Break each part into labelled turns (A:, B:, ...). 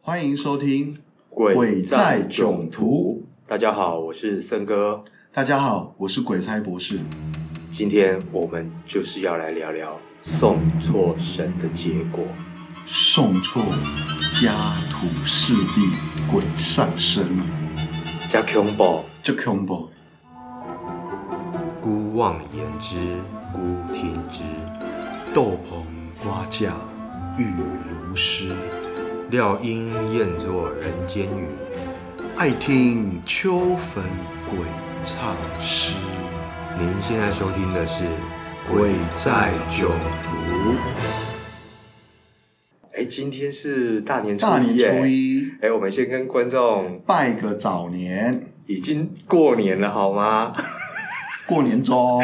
A: 欢迎收听《
B: 鬼
A: 在
B: 在
A: 囧途
B: 囧途》。大家好，我是森哥，
A: 大家好，我是鬼差博士。
B: 今天我们就是要来聊聊送错神的结果。
A: 送错家徒四壁，鬼上身啊！
B: 加 combo，
A: 就 combo
B: 孤妄言之，孤听之，
A: 豆棚瓜架雨如诗，
B: 料应厌作人间语。
A: 爱听秋坟鬼唱诗。
B: 您现在收听的是《
A: 鬼在囧
B: 途》。哎，今天是大年初
A: 大
B: 一耶！
A: 年初一
B: 哎，我们先跟观众
A: 拜个早年，
B: 已经过年了好吗？
A: 过年 中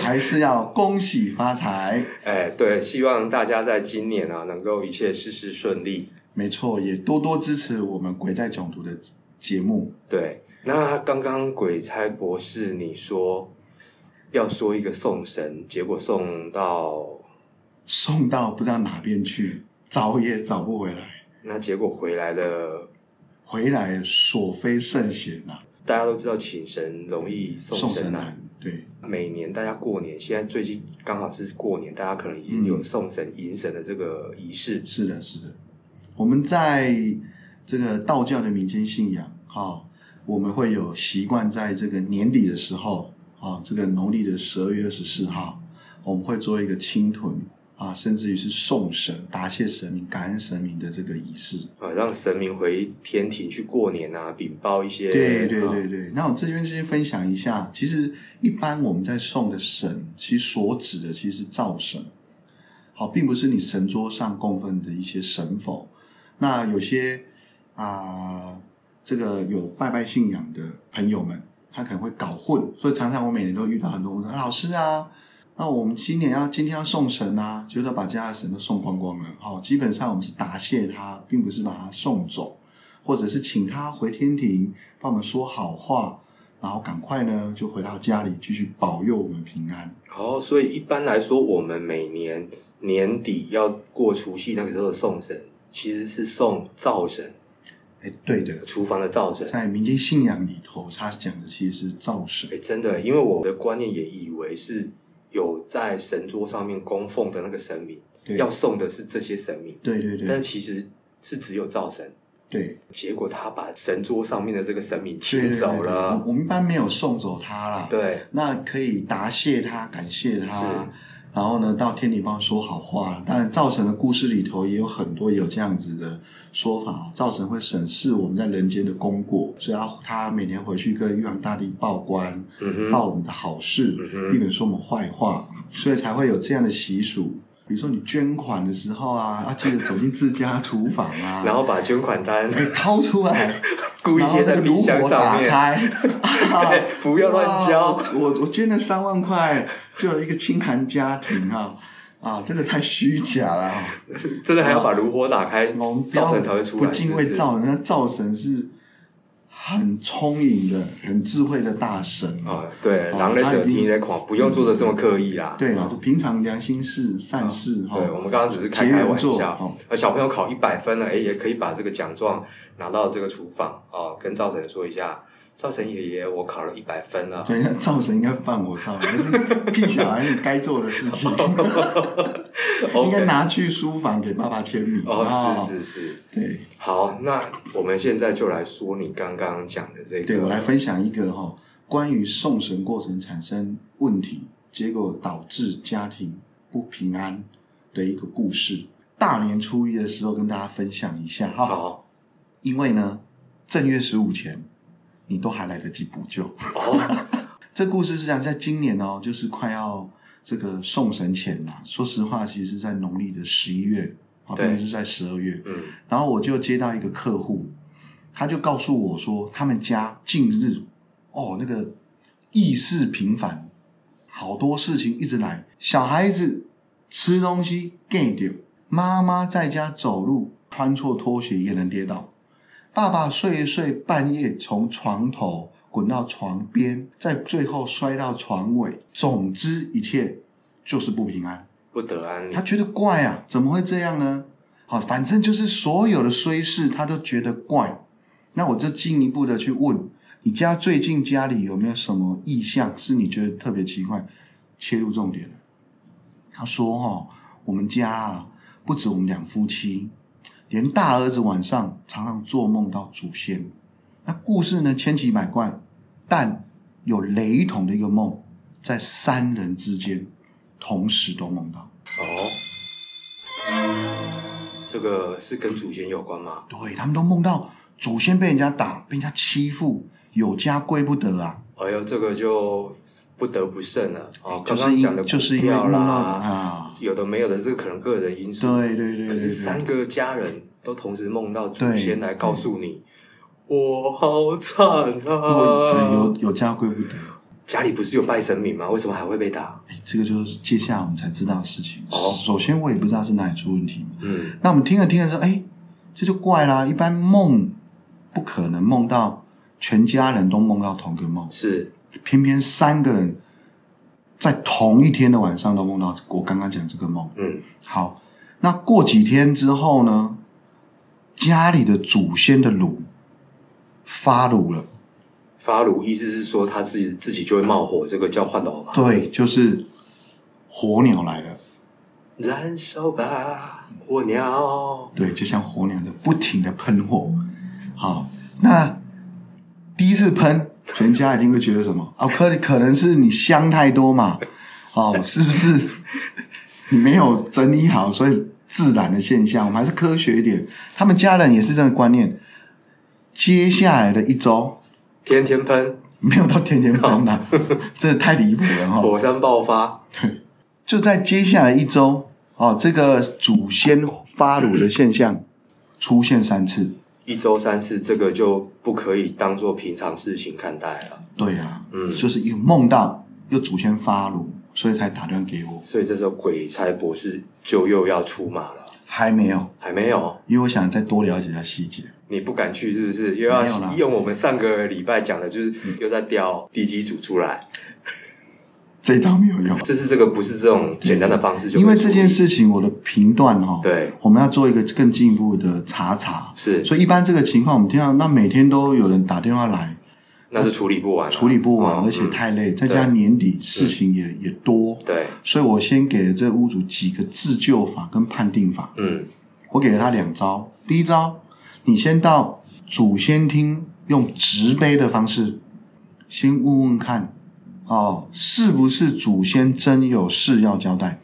A: 还是要恭喜发财。
B: 哎，对，希望大家在今年啊，能够一切事事顺利。
A: 没错，也多多支持我们《鬼在囧途》的节目。
B: 对，那刚刚鬼差博士你说要说一个送神，结果送到
A: 送到不知道哪边去，找也找不回来，
B: 那结果回来的，
A: 回来所非圣贤啊呐、
B: 大家都知道请神容易送
A: 送
B: 神
A: 神啊
B: 难、
A: 难。对，
B: 每年大家过年，现在最近刚好是过年，大家可能已经有
A: 嗯
B: 送神迎神的这个仪式。
A: 是的，是的。我们在这个道教的民间信仰，哈、我们会有习惯在这个年底的时候，啊、这个农历的十二月二十四号，我们会做一个清屯啊，甚至于是送神、答谢神明、感恩神明的这个仪式。
B: 啊，让神明回天庭去过年啊，禀报一些
A: 对对
B: 啊
A: 对对，那我这边先分享一下，其实一般我们在送的神，其实所指的其实是灶神，好，并不是你神桌上供奉的一些神佛。那有些啊、这个有拜拜信仰的朋友们，他可能会搞混，所以常常我每年都遇到很多人说、啊老师啊，那我们今年要今天要送神啊，就是把家的神都送光光了。好、基本上我们是答谢他，并不是把他送走。或者是请他回天庭帮我们说好话，然后赶快呢就回到家里继续保佑我们平安。
B: 哦，所以一般来说，我们每年年底要过除夕那个时候的送神，其实是送灶神，
A: 哎，对的，
B: 厨房的灶神。
A: 在民间信仰里头，他讲的其实是灶神
B: 哎，，真的，因为我的观念也以为是有在神桌上面供奉的那个神明，
A: 对嗯
B: 要送的是这些神明，
A: 对对
B: 但
A: 对
B: 其实是只有灶神。
A: 对，
B: 结果他把神桌上面的这个神明
A: 对
B: 请走
A: 对对对
B: 了，
A: 我们一般没有送走他啦，
B: 对，
A: 那可以答谢他，感谢他
B: 是，
A: 然后呢，到天庭帮他说好话。当然，灶神的故事里头也有很多有这样子的说法，灶神会审视我们在人间的功过，所以他他每年回去跟玉皇大帝报官，
B: 嗯哼，
A: 报我们的好事，
B: 嗯哼
A: 避免说我们坏话，所以才会有这样的习俗。比如说你捐款的时候啊，要记得走进自家厨房啊，
B: 然后把捐 款单
A: 哎掏出来，
B: 故意
A: 然后
B: 贴在
A: 那个
B: 冰
A: 炉
B: 箱
A: 火
B: 上
A: 打
B: 面，
A: 开，啊
B: 对不要乱交
A: 哇我我我捐了三万块，救了一个清寒家庭啊啊，这个太虚假了啊。
B: 真的还要把炉火打开，
A: 我们不
B: 灶
A: 要
B: 神才会出来，
A: 哦不敬畏
B: 是是
A: 灶神，那灶神是很聪颖的、很智慧的大神
B: 啊，对，
A: 哦
B: 狼来者
A: 他一定
B: 听来狂，不用做的这么刻意啦。
A: 对啊，就平常良心事、善事哈。
B: 哦对，我们刚刚只是开
A: 结
B: 开
A: 缘
B: 玩
A: 做
B: 笑
A: 嗯哦。
B: 呃，小朋友考一百分了，哎，也可以把这个奖状拿到这个厨房哦，跟赵晨说一下，赵晨爷爷，我考了一百分啊了。
A: 对，那造神应该放火烧，那是屁小孩该做的事 情， 应该
B: 哦 OK，
A: 拿去书房给爸爸签名。啊
B: 哦，是是是，
A: 对，
B: 好，那我们现在就来说你刚刚讲的这个，
A: 对我来分享一个哈、关于送神过程产生问题，结果导致家庭不平安的一个故事。大年初一的时候跟大家分享一下哈、
B: 好
A: 因为呢，正月十五前你都还来得及补救。
B: 哦，
A: 这故事是讲在今年哦，就是快要这个送神前啦。说实话，其实是在农历的十一月啊，
B: 对
A: 并不是在十二月。
B: 嗯，
A: 然后我就接到一个客户，他就告诉我说，他们家近日哦那个意事频繁，好多事情一直来，小孩子吃东西 get 掉，妈妈在家走路穿错拖鞋也能跌倒，爸爸睡一睡半夜从床头滚到床边，再最后摔到床尾，总之一切就是不平安。
B: 不得安宁
A: 他，觉得怪啊，怎么会这样呢？啊，反正就是所有的虽事他都觉得怪。那我就进一步的去问，你家最近家里有没有什么意象是你觉得特别奇怪？切入重点了他说哦，我们家啊，不止我们两夫妻，连大儿子晚上常常做梦到祖先。那故事呢千奇百怪，但有雷同的一个梦，在三人之间同时都梦到。
B: 哦，这个是跟祖先有关吗？
A: 对他们都梦到祖先被人家打，被人家欺负，有家归不得啊。
B: 哎呦，这个就不得不慎了哦。
A: 哎就
B: 刚
A: 是
B: 刚讲
A: 因
B: 的股
A: 就是因为
B: 票
A: 梦到
B: 啦，
A: 啊，
B: 有的没有的，这个可能个人因素。
A: 对对对
B: 可
A: 对
B: 是
A: 对，
B: 三个家人都同时梦到祖
A: 对
B: 先来告诉你，我好惨
A: 哦对
B: 啊！
A: 有有家归不得。
B: 家里不是有拜神明吗？为什么还会被打？
A: 哎这个就是接下来我们才知道的事情。
B: 哦
A: 首先我也不知道是哪里出问题嘛。
B: 嗯，
A: 那我们听了听了说，哎，这就怪啦。一般梦不可能梦到全家人都梦到同个梦，
B: 是
A: 偏偏三个人在同一天的晚上都梦到我刚刚讲这个梦。
B: 嗯
A: 好，那过几天之后呢，家里的祖先的炉发炉了，
B: 发炉，意思是说他自己自己就会冒火，这个叫换脑嘛？
A: 对，就是火鸟来了，
B: 燃烧吧，火鸟！
A: 对，就像火鸟的不停的喷火。好，那第一次喷，全家一定会觉得什么？哦，可可能是你香太多嘛？哦，是不是你没有整理好，所以自然的现象？我们还是科学一点。他们家人也是这样的观念。接下来的一周，
B: 天天喷，
A: 没有到天天喷 啦，真的太离谱了哈、
B: 火山爆发，
A: 就在接下来一周，哦，这个祖先发乳的现象出现三次。
B: 一周三次，这个就不可以当做平常事情看待了。
A: 对啊，
B: 嗯
A: 就是有梦到有祖先发乳，所以才打电话给我，
B: 所以这时候鬼差博士就又要出马了，
A: 还没有，
B: 还没有。
A: 因为我想再多了解一下细节。
B: 你不敢去是不是？又要
A: 没有啦嗯
B: 用我们上个礼拜讲的，就是又在调地基组出来。
A: 这一招没有用，
B: 这是这个不是这种简单的方式就可以
A: 因为这件
B: 处
A: 事情我的评断哦，
B: 对，
A: 我们要做一个更进一步的查查。
B: 理是，
A: 所以一般这个情况，我们听到那每天都有人打电话来，
B: 那是处理不完啊，
A: 处理不完，
B: 嗯
A: 而且
B: 嗯
A: 太累，再加上年底事情也也多，
B: 对，
A: 所以我先给了这屋主几个自救法跟判定法，
B: 嗯
A: 我给了他两招。第一招，你先到祖先厅用直杯的方式，先问问看，哦，是不是祖先真有事要交代？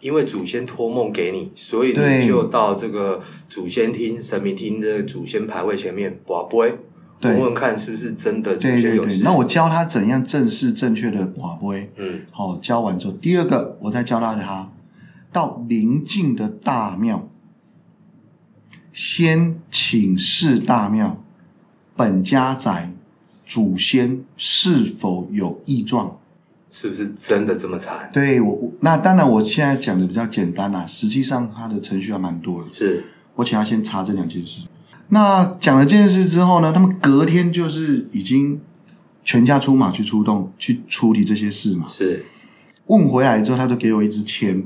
B: 因为祖先托梦给你，所以
A: 对
B: 你就到这个祖先厅、神明厅的祖先牌位前面卜杯，
A: 对
B: 问问看是不是真的祖
A: 对
B: 先
A: 对
B: 有
A: 对
B: 事。，
A: 那我教他怎样正式正确的把杯。
B: 嗯
A: 好、哦，教完之后，第二个我再教大家，到邻近的大庙，先请示大庙本家宅祖先是否有异状。
B: 是不是真的这么惨？
A: 对我，我那当然我现在讲的比较简单啦、实际上它的程序还蛮多的。
B: 是
A: 我请他先查这两件事。那讲了这件事之后呢，他们隔天就是已经全家出马去出动去处理这些事嘛。
B: 是，
A: 问回来之后，他就给我一支签，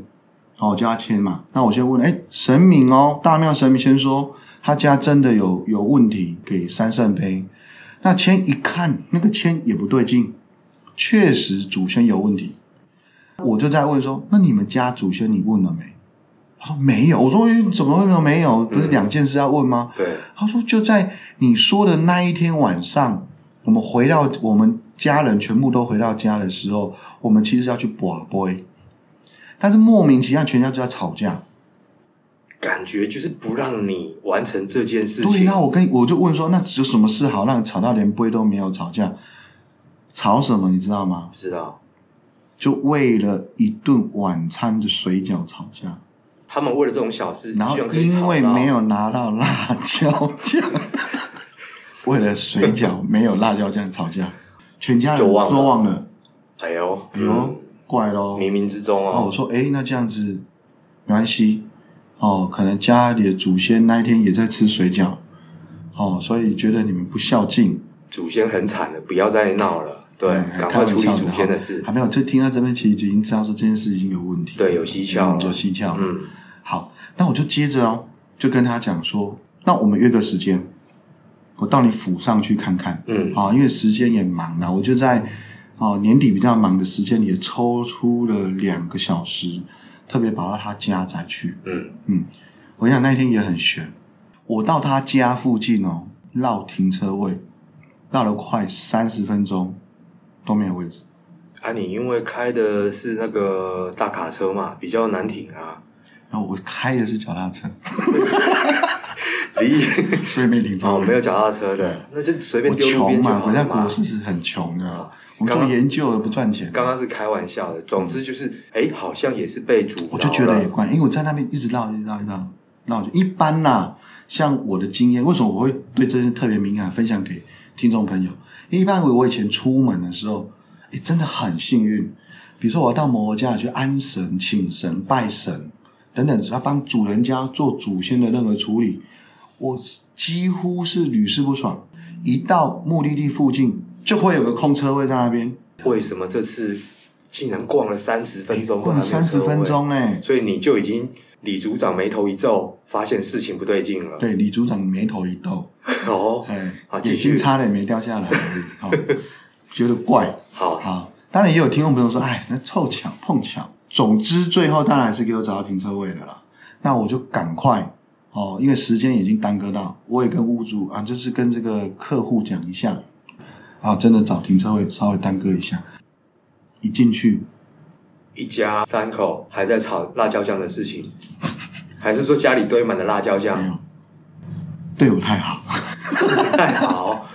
A: 好，我叫他签嘛。那我先问，哎，神明哦，大庙神明先说他家真的有有问题，给三圣杯。那签一看，那个签也不对劲，确实祖先有问题。我就在问说，那你们家祖先你问了没？他说没有。我说，哎，怎么会没有没有？不是两件事要问吗？
B: 对，
A: 他说就在你说的那一天晚上，我们回到我们家人全部都回到家的时候，我们其实要去把杯，但是莫名其妙全家就在吵架。
B: 感觉就是不让你完成这件事
A: 对，
B: 情。
A: 那我跟我就问说，那有什么事好让你吵到连杯都没有吵架？吵什么你知道吗
B: 不？知道
A: 就为了一顿晚餐的水饺吵架，
B: 他们为了这种小事，
A: 然后
B: 居可以吵
A: 因
B: 到
A: 为没有拿到辣椒酱， 为了水饺没有辣椒酱吵架，全家人
B: 就忘了
A: 都忘了。
B: 哎呦，
A: 哎呦，怪
B: 嗯，
A: 咯！
B: 冥冥之中
A: 哦，
B: 哦
A: 我，说，哎，那这样子没关系，哦，可能家里的祖先那一天也在吃水饺，哦，所以觉得你们不孝敬，
B: 祖先很惨的，不要再闹了，对
A: 嗯，
B: 赶快处理
A: 开玩笑
B: 祖
A: 的
B: 先的
A: 哈
B: 事
A: 还。没有，就听到这边其实就已经知道说这件事已经有问题，
B: 对有蹊跷了
A: 嗯有蹊跷。
B: 嗯，
A: 好，那我就接着哦，就跟他讲说，那我们约个时间，我到你府上去看看。
B: 嗯，
A: 啊，因为时间也忙了，我就在哦、年底比较忙的时间里抽出了两个小时，特别跑到他家再去。
B: 嗯，
A: 我想那天也很悬，我到他家附近哦，绕停车位，绕了快三十分钟都没有位置。
B: 啊，你因为开的是那个大卡车嘛，比较难停啊，
A: 然后我开的是脚踏车，
B: 离
A: 所以没停车
B: 哦
A: 位。
B: 没有脚踏车的，那就随便
A: 我
B: 丢路边
A: 穷
B: 就
A: 嘛，嗯
B: 好
A: 我
B: 了
A: 在
B: 嘛
A: 国。师是很穷的
B: 啊，
A: 我们做
B: 刚刚
A: 研究的不赚钱。
B: 刚刚是开玩笑的，总之就是，哎、好像也是被主导
A: 我就觉得也怪，因为我在那边一直绕，一直绕，一直绕，那我就一般啦、像我的经验，为什么我会对这件事特别敏感，分享给听众朋友？因为一般我以前出门的时候，诶，真的很幸运。比如说我要到某个家里去安神、请神、拜神等等，只要帮主人家做祖先的任何处理，我几乎是屡试不爽。一到目的地附近，就会有个空车位在那边，
B: 为什么这次竟然逛了三十分钟，
A: 哎逛了三十分，钟呢、
B: 所以你就已经李组长眉头一皱，发现事情不对劲了。
A: 对，李组长眉头一皱。
B: 哦，
A: 哎
B: 好，继
A: 眼
B: 续
A: 睛差点没掉下来而已，哦、觉得怪。
B: 好，
A: 好，当然也有听众朋友说，哎，那凑巧碰巧，总之最后当然还是给我找到停车位了啦。那我就赶快哦，因为时间已经耽搁到，我也跟屋主啊，就是跟这个客户讲一下，啊，真的找停车位稍微耽搁一下。一进去，
B: 一家三口还在吵辣椒酱的事情，还是说家里堆满了辣椒
A: 没
B: 酱？
A: 有，对我太好，
B: 太好，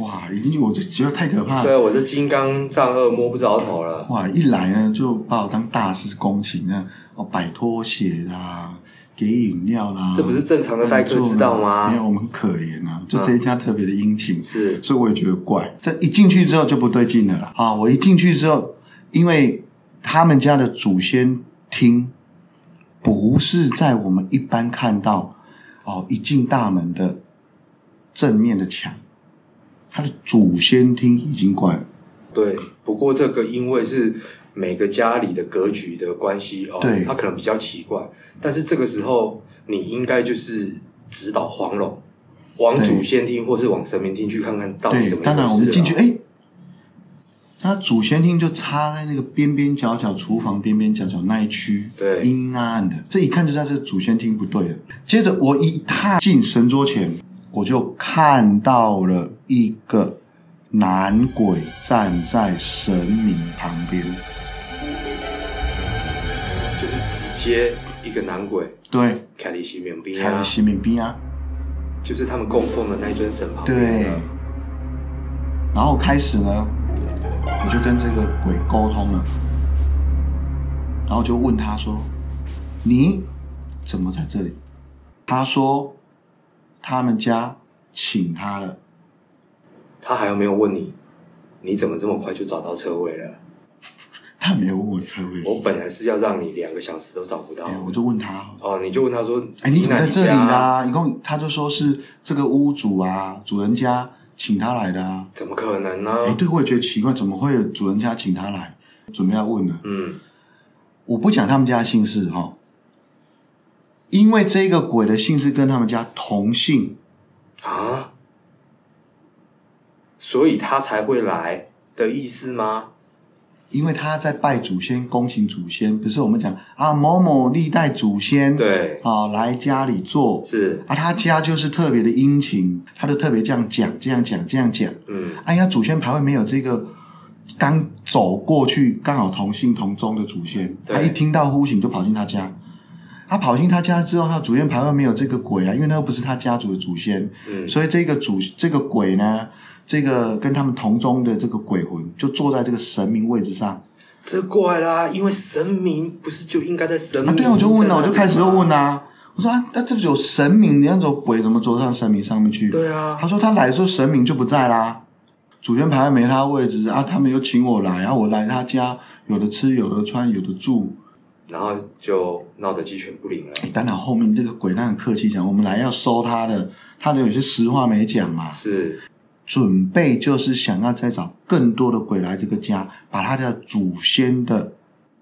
A: 哇！一进去我就觉得太可怕了
B: 对。我这金刚丈二摸不着头了。
A: 哇，一来呢就把我当大师公请那哦，摆拖鞋啦，给饮料啦，
B: 这不是正常的待客之道
A: 嗯没
B: 吗？嗯
A: 有，我们很可怜啊，就这一家特别的殷勤，
B: 是，
A: 所以我也觉得怪。这一进去之后就不对劲了啦啊！我一进去之后，因为他们家的祖先厅不是在我们一般看到哦，一进大门的正面的墙，他的祖先厅已经怪了。
B: 对。不过这个因为是每个家里的格局的关系哦
A: 对，
B: 他可能比较奇怪。但是这个时候你应该就是指导黄龙往
A: 对
B: 祖先厅或是往神明厅去看看到底
A: 对
B: 怎，么一回事
A: 当
B: 啊。
A: 然我们进去，哎、它祖先厅就插在那个边边角角、厨房边边角角那一区，
B: 对
A: 阴阴暗暗的，这一看就知道是祖先厅不对了。接着我一踏进神桌前，我就看到了一个男鬼站在神明旁边，
B: 就是直接一个男鬼
A: 对，
B: 凯利西缅兵
A: 还有
B: 啊，
A: 西敏兵啊，
B: 就是他们供奉的那一尊神旁边
A: 对
B: 啊。
A: 然后开始呢，我就跟这个鬼沟通了，然后就问他说：“你怎么在这里？”他说：“他们家请他了。
B: 他还有没有问你，你怎么这么快就找到车位了？”
A: 他没有问我车位是谁，
B: 我本来是要让你两个小时都找不到
A: 哎，我就问他
B: 哦，你就问他说：“：“
A: 哎，你怎么在这里
B: 哪家啊？
A: 啦？”一共他就说是这个屋主啊，主人家请他来的啊。
B: 怎么可能呢、
A: 哎，对，我也觉得奇怪，怎么会有主人家请他来？准备要问了。
B: 嗯，
A: 我不讲他们家的姓氏哈、哦，因为这个鬼的姓氏跟他们家同姓，
B: 啊，所以他才会来的意思吗？
A: 因为他在拜祖先、恭请祖先，不是我们讲啊某某历代祖先
B: 对，
A: 啊、来家里做
B: 是，
A: 啊，他家就是特别的殷勤，他就特别这样讲、这样讲、这样讲。
B: 嗯，
A: 哎呀，祖先牌位没有这个刚走过去，刚好同姓同宗的祖先，
B: 对
A: 他一听到呼醒就跑进他家。他跑进他家之后，他祖先牌位没有这个鬼啊，因为那又不是他家族的祖先，
B: 嗯
A: 所以这个主这个鬼呢，这个跟他们同宗的这个鬼魂就坐在这个神明位置上
B: 这怪啦，因为神明不是就应该在神
A: 啊。
B: 明？
A: 对啊，我就问了，我就开始就问
B: 了。
A: 啊，我说啊，那这不有神明，你那种鬼怎么坐上神明上面去？
B: 对啊
A: 他，说他来的时候神明就不在啦，主权牌位没他位置啊，他们又请我来，然、后我来他家，有的吃，有的穿，有的住。
B: 然后就闹得鸡犬不宁了。
A: 哎，当然后面这个鬼那很客气讲，我们来要收他的，他的有些实话没讲嘛，
B: 是，
A: 准备就是想要再找更多的鬼来这个家，把他的祖先的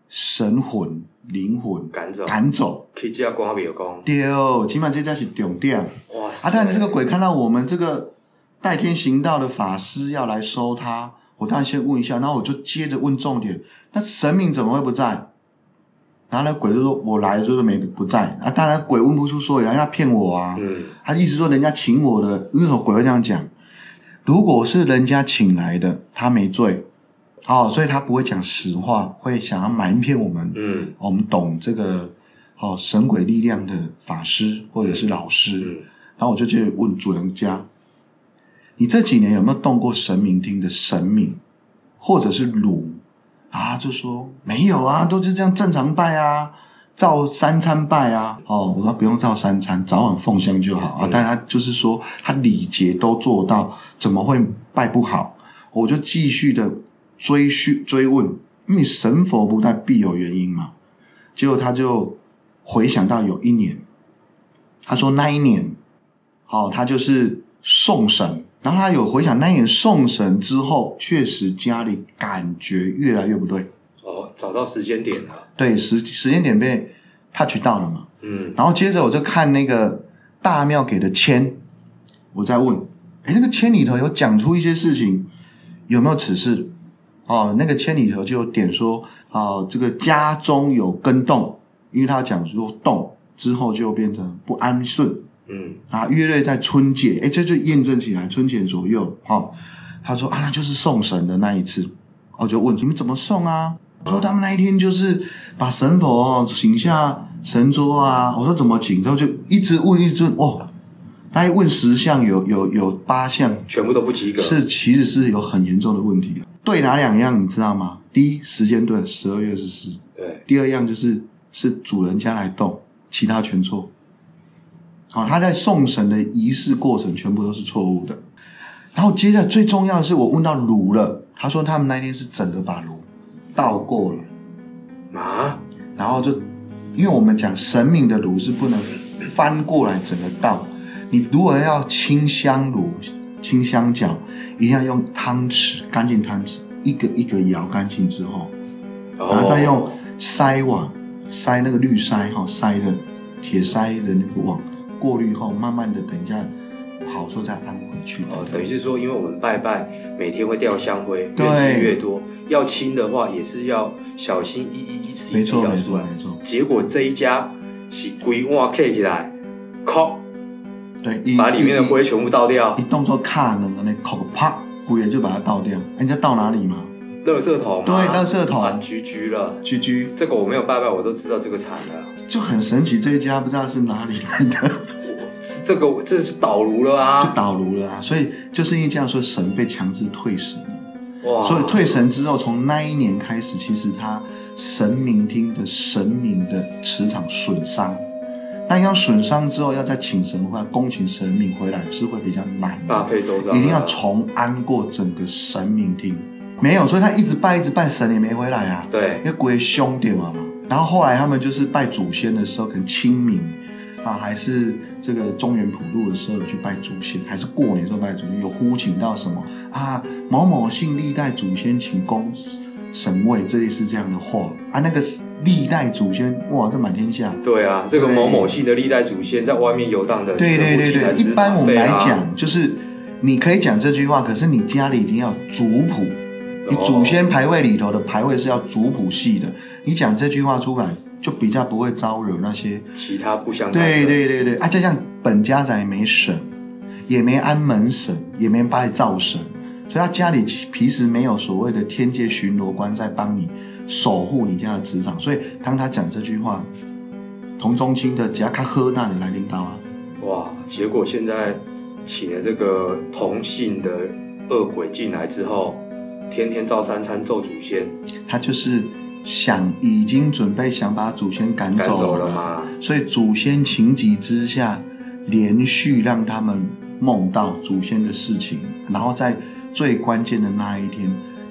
A: 神魂灵魂
B: 赶走，
A: 赶走。
B: 可以叫光有功。
A: 丢，起码这家是重点。
B: 哇
A: 阿
B: 塞！
A: 啊泰，你这个鬼看到我们这个代天行道的法师要来收他，我当然先问一下，然后我就接着问重点，那神明怎么会不在？然后那鬼就说：“我来的时候就没不在。”啊，当然鬼问不出所以然，因为他骗我啊。
B: 嗯，
A: 他意思说人家请我的，为什么鬼会这样讲？如果是人家请来的，他没罪，哦，所以他不会讲实话，会想要瞒骗我们。哦
B: 嗯
A: 我们懂这个哦神鬼力量的法师或者是老师，
B: 嗯
A: 然后我就去问主人家：“你这几年有没有动过神明厅的神明，或者是炉？”啊，就说没有啊，都是这样正常拜啊，照三餐拜啊。哦，我说不用照三餐，早晚奉香就好啊。
B: 嗯
A: 但他就是说他礼节都做到，怎么会拜不好？我就继续的追续追问，你神佛不拜必有原因嘛？结果他就回想到有一年，他说那一年，哦，他就是送神，然后他有回想那一年送神之后，确实家里感觉越来越不对，
B: 哦，找到时间点了。
A: 对时时间点被 touch 到了嘛。
B: 嗯
A: 然后接着我就看那个大庙给的签，我在问，诶，那个签里头有讲出一些事情，有没有此事？哦，那个签里头就有点说，哦，这个家中有跟动，因为他讲说动之后就变成不安顺，
B: 嗯
A: 啊，约略在春节，哎，这就验证起来，春节左右，哦，他说啊，那就是送神的那一次，我就问你们怎么送啊？我说他们那一天就是把神佛哦请下神桌啊，我说怎么请，然后就一直问，一直问，哦，大概问十项，有有有八项
B: 全部都不及格。
A: 是其实是有很严重的问题，对哪两样你知道吗？第一时间对，十二月十四，
B: 对，
A: 第二样就是是主人家来动，其他全错。好、他在送神的仪式过程全部都是错误的。然后接下来最重要的是，我问到炉了，他说他们那天是整个把炉倒过了，
B: 啊，
A: 然后就因为我们讲神明的炉是不能翻过来整个倒，你如果要清香炉、清香脚，一定要用汤匙，干净汤匙，一个一个摇干净之后，然
B: 然
A: 后再用筛网筛那个滤筛哈，筛的铁筛的那个网过滤后，慢慢的等一下好说再安回去。
B: 哦，等于是说，因为我们拜拜每天会掉香灰，越
A: 对
B: 积越多，要清的话也是要小心翼翼，一次一
A: 没
B: 次
A: 错
B: 摇
A: 没
B: 出
A: 错
B: 来。
A: 没错，
B: 结果这一家是规碗 K 起来，靠，
A: 对，一
B: 把里面的灰全部倒掉
A: 一，动作卡呢，那口啪，鬼也就把它倒掉。人家倒哪里嘛？
B: 垃圾桶嘛，
A: 对垃圾桶
B: 啊，焗焗了。
A: 居居
B: 这个我没有拜拜，我都知道这个惨了，
A: 就很神奇，这一家不知道是哪里来的，
B: 这这个这是倒炉了
A: 就
B: 啊！
A: 倒炉了啊！所以就是因为这样，说神被强制退神了。
B: 哇，
A: 所以退神之后，从那一年开始，其实他神明厅的神明的磁场损伤，那要损伤之后，要再请神回来恭请神明回来是会比较难
B: 大
A: 的，
B: 费周章，啊
A: 一定要重安过整个神明厅。没有，所以他一直拜一直拜神也没回来啊，
B: 对
A: 因为鬼凶点嘛嘛。然后后来他们就是拜祖先的时候，可能清明啊，还是这个中原普渡的时候有去拜祖先，还是过年的时候拜祖先，有呼请到什么啊某某姓历代祖先请供神位，这类似这样的话啊，那个历代祖先哇，这满天下。
B: 对啊，这个
A: 对
B: 某某姓的历代祖先在外面游荡的，
A: 对对
B: 全部
A: 对
B: 进来
A: 对，
B: 吃
A: 一般我们来
B: 饭费啊
A: 讲，就是你可以讲这句话，可是你家里一定要有族谱，你
B: 哦
A: 祖先牌位里头的牌位是要族谱系的，你讲这句话出来，就比较不会招惹那些。
B: 其他不相干的
A: 对对对对，啊，就像本家宅没神，也没安门神，也没拜灶神，所以他家里其平时没有所谓的天界巡逻官在帮你守护你家的职场，所以当他讲这句话，同宗亲的只要他喝大的来领导啊。
B: 哇！结果现在请了这个同姓的恶鬼进来之后，天天照三餐咒祖先，
A: 他就是想已经准备想把祖先赶
B: 赶
A: 走
B: 走了嘛？
A: 所以祖先情急之下，连续让他们梦到祖先的事情，然后在最关键的那一天，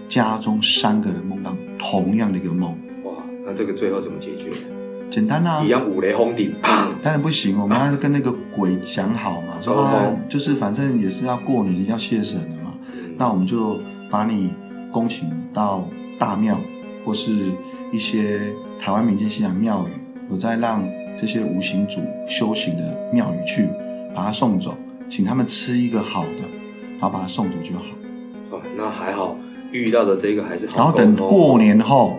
A: 家中三个人梦到同样的一个梦，
B: 哇！那这个最后怎么解决？
A: 简单啊
B: 一。样五雷轰顶，砰！
A: 当然不行，我们还是跟那个鬼讲好 嘛，说
B: 沟通
A: 啊，就是反正也是要过年要谢神的嘛，
B: 嗯
A: 那我们就把你恭请到大庙，或是一些台湾民间信仰庙宇，有在让这些无形主修行的庙宇去把它送走，请他们吃一个好的，然后把它送走就好。
B: 哦，那还好，遇到的这个还是
A: 然
B: 好
A: 后
B: 沟通。
A: 等过年后，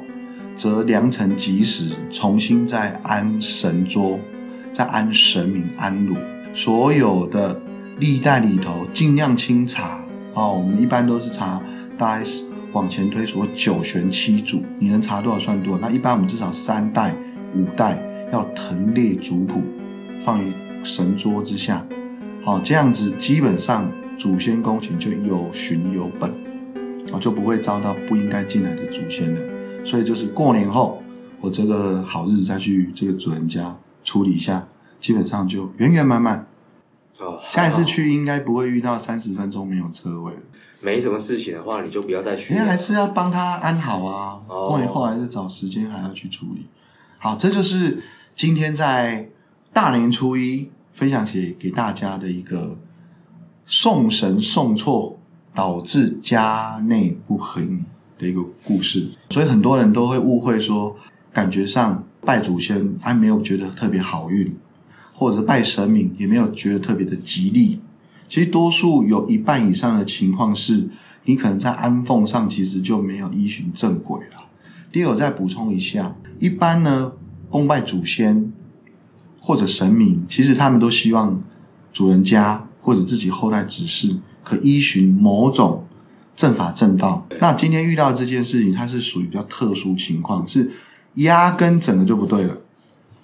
A: 则良辰吉时，重新再安神桌，再安神明、安炉，所有的历代里头尽量清查哦。我们一般都是查大概是往前推所九玄七祖，你能查多少算多少。那一般我们至少三代、五代要腾列族谱，放于神桌之下。好、这样子基本上祖先宫请就有循有本。啊，就不会遭到不应该进来的祖先了。所以就是过年后，我这个好日子再去这个主人家处理一下，基本上就圆圆满满。
B: 哦，
A: 下一次
B: 还好
A: 去应该不会遇到三十分钟没有车位了，
B: 没什么事情的话，你就不要再去
A: 因为
B: 了。
A: 哎还是要帮他安好啊。
B: 哦
A: 过年后还是找时间还要去处理。好，这就是今天在大年初一分享给给大家的一个送神送错导致家内不和的一个故事，所以很多人都会误会说，感觉上拜祖先还没有觉得特别好运，或者拜神明也没有觉得特别的吉利。其实多数有一半以上的情况是，你可能在安奉上其实就没有依循正轨了。第二，我再补充一下，一般呢，供拜祖先或者神明，其实他们都希望主人家或者自己后代指示，可依循某种正法正道。那今天遇到这件事情，它是属于比较特殊情况，是压根整个就不对了，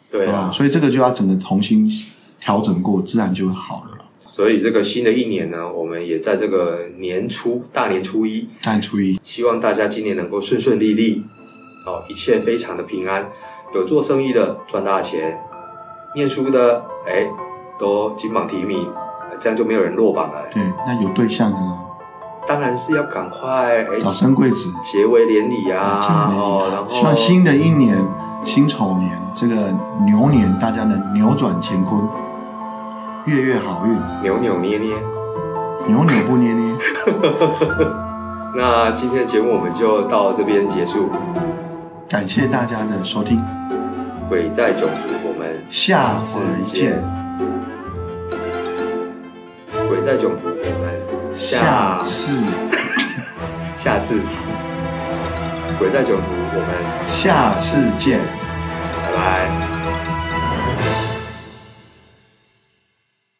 B: 对
A: 好不
B: 啊
A: 好，所以这个就要整个重新调整过，自然就会好了啦。
B: 所以这个新的一年呢，我们也在这个年初大年初一，
A: 但初一，
B: 希望大家今年能够顺顺利利，哦，一切非常的平安。有做生意的赚大钱，念书的哎都金榜题名，呃这样就没有人落榜了。
A: 对，那有对象的呢，
B: 当然是要赶快哎
A: 早生贵子，
B: 结为连理啊，
A: 今年
B: 哦，然后
A: 希望新的一年辛丑年这个牛年，大家能扭转乾坤，月月好运，
B: 扭扭捏捏。
A: 扭扭不捏捏。
B: 那今天的节目我们就到这边结束，
A: 感谢大家的收听，
B: 鬼在囧途，我们
A: 下次见，
B: 鬼在囧途，我们
A: 下
B: 下
A: 次
B: 下次鬼在囧途，我们
A: 下次见。
B: 拜拜。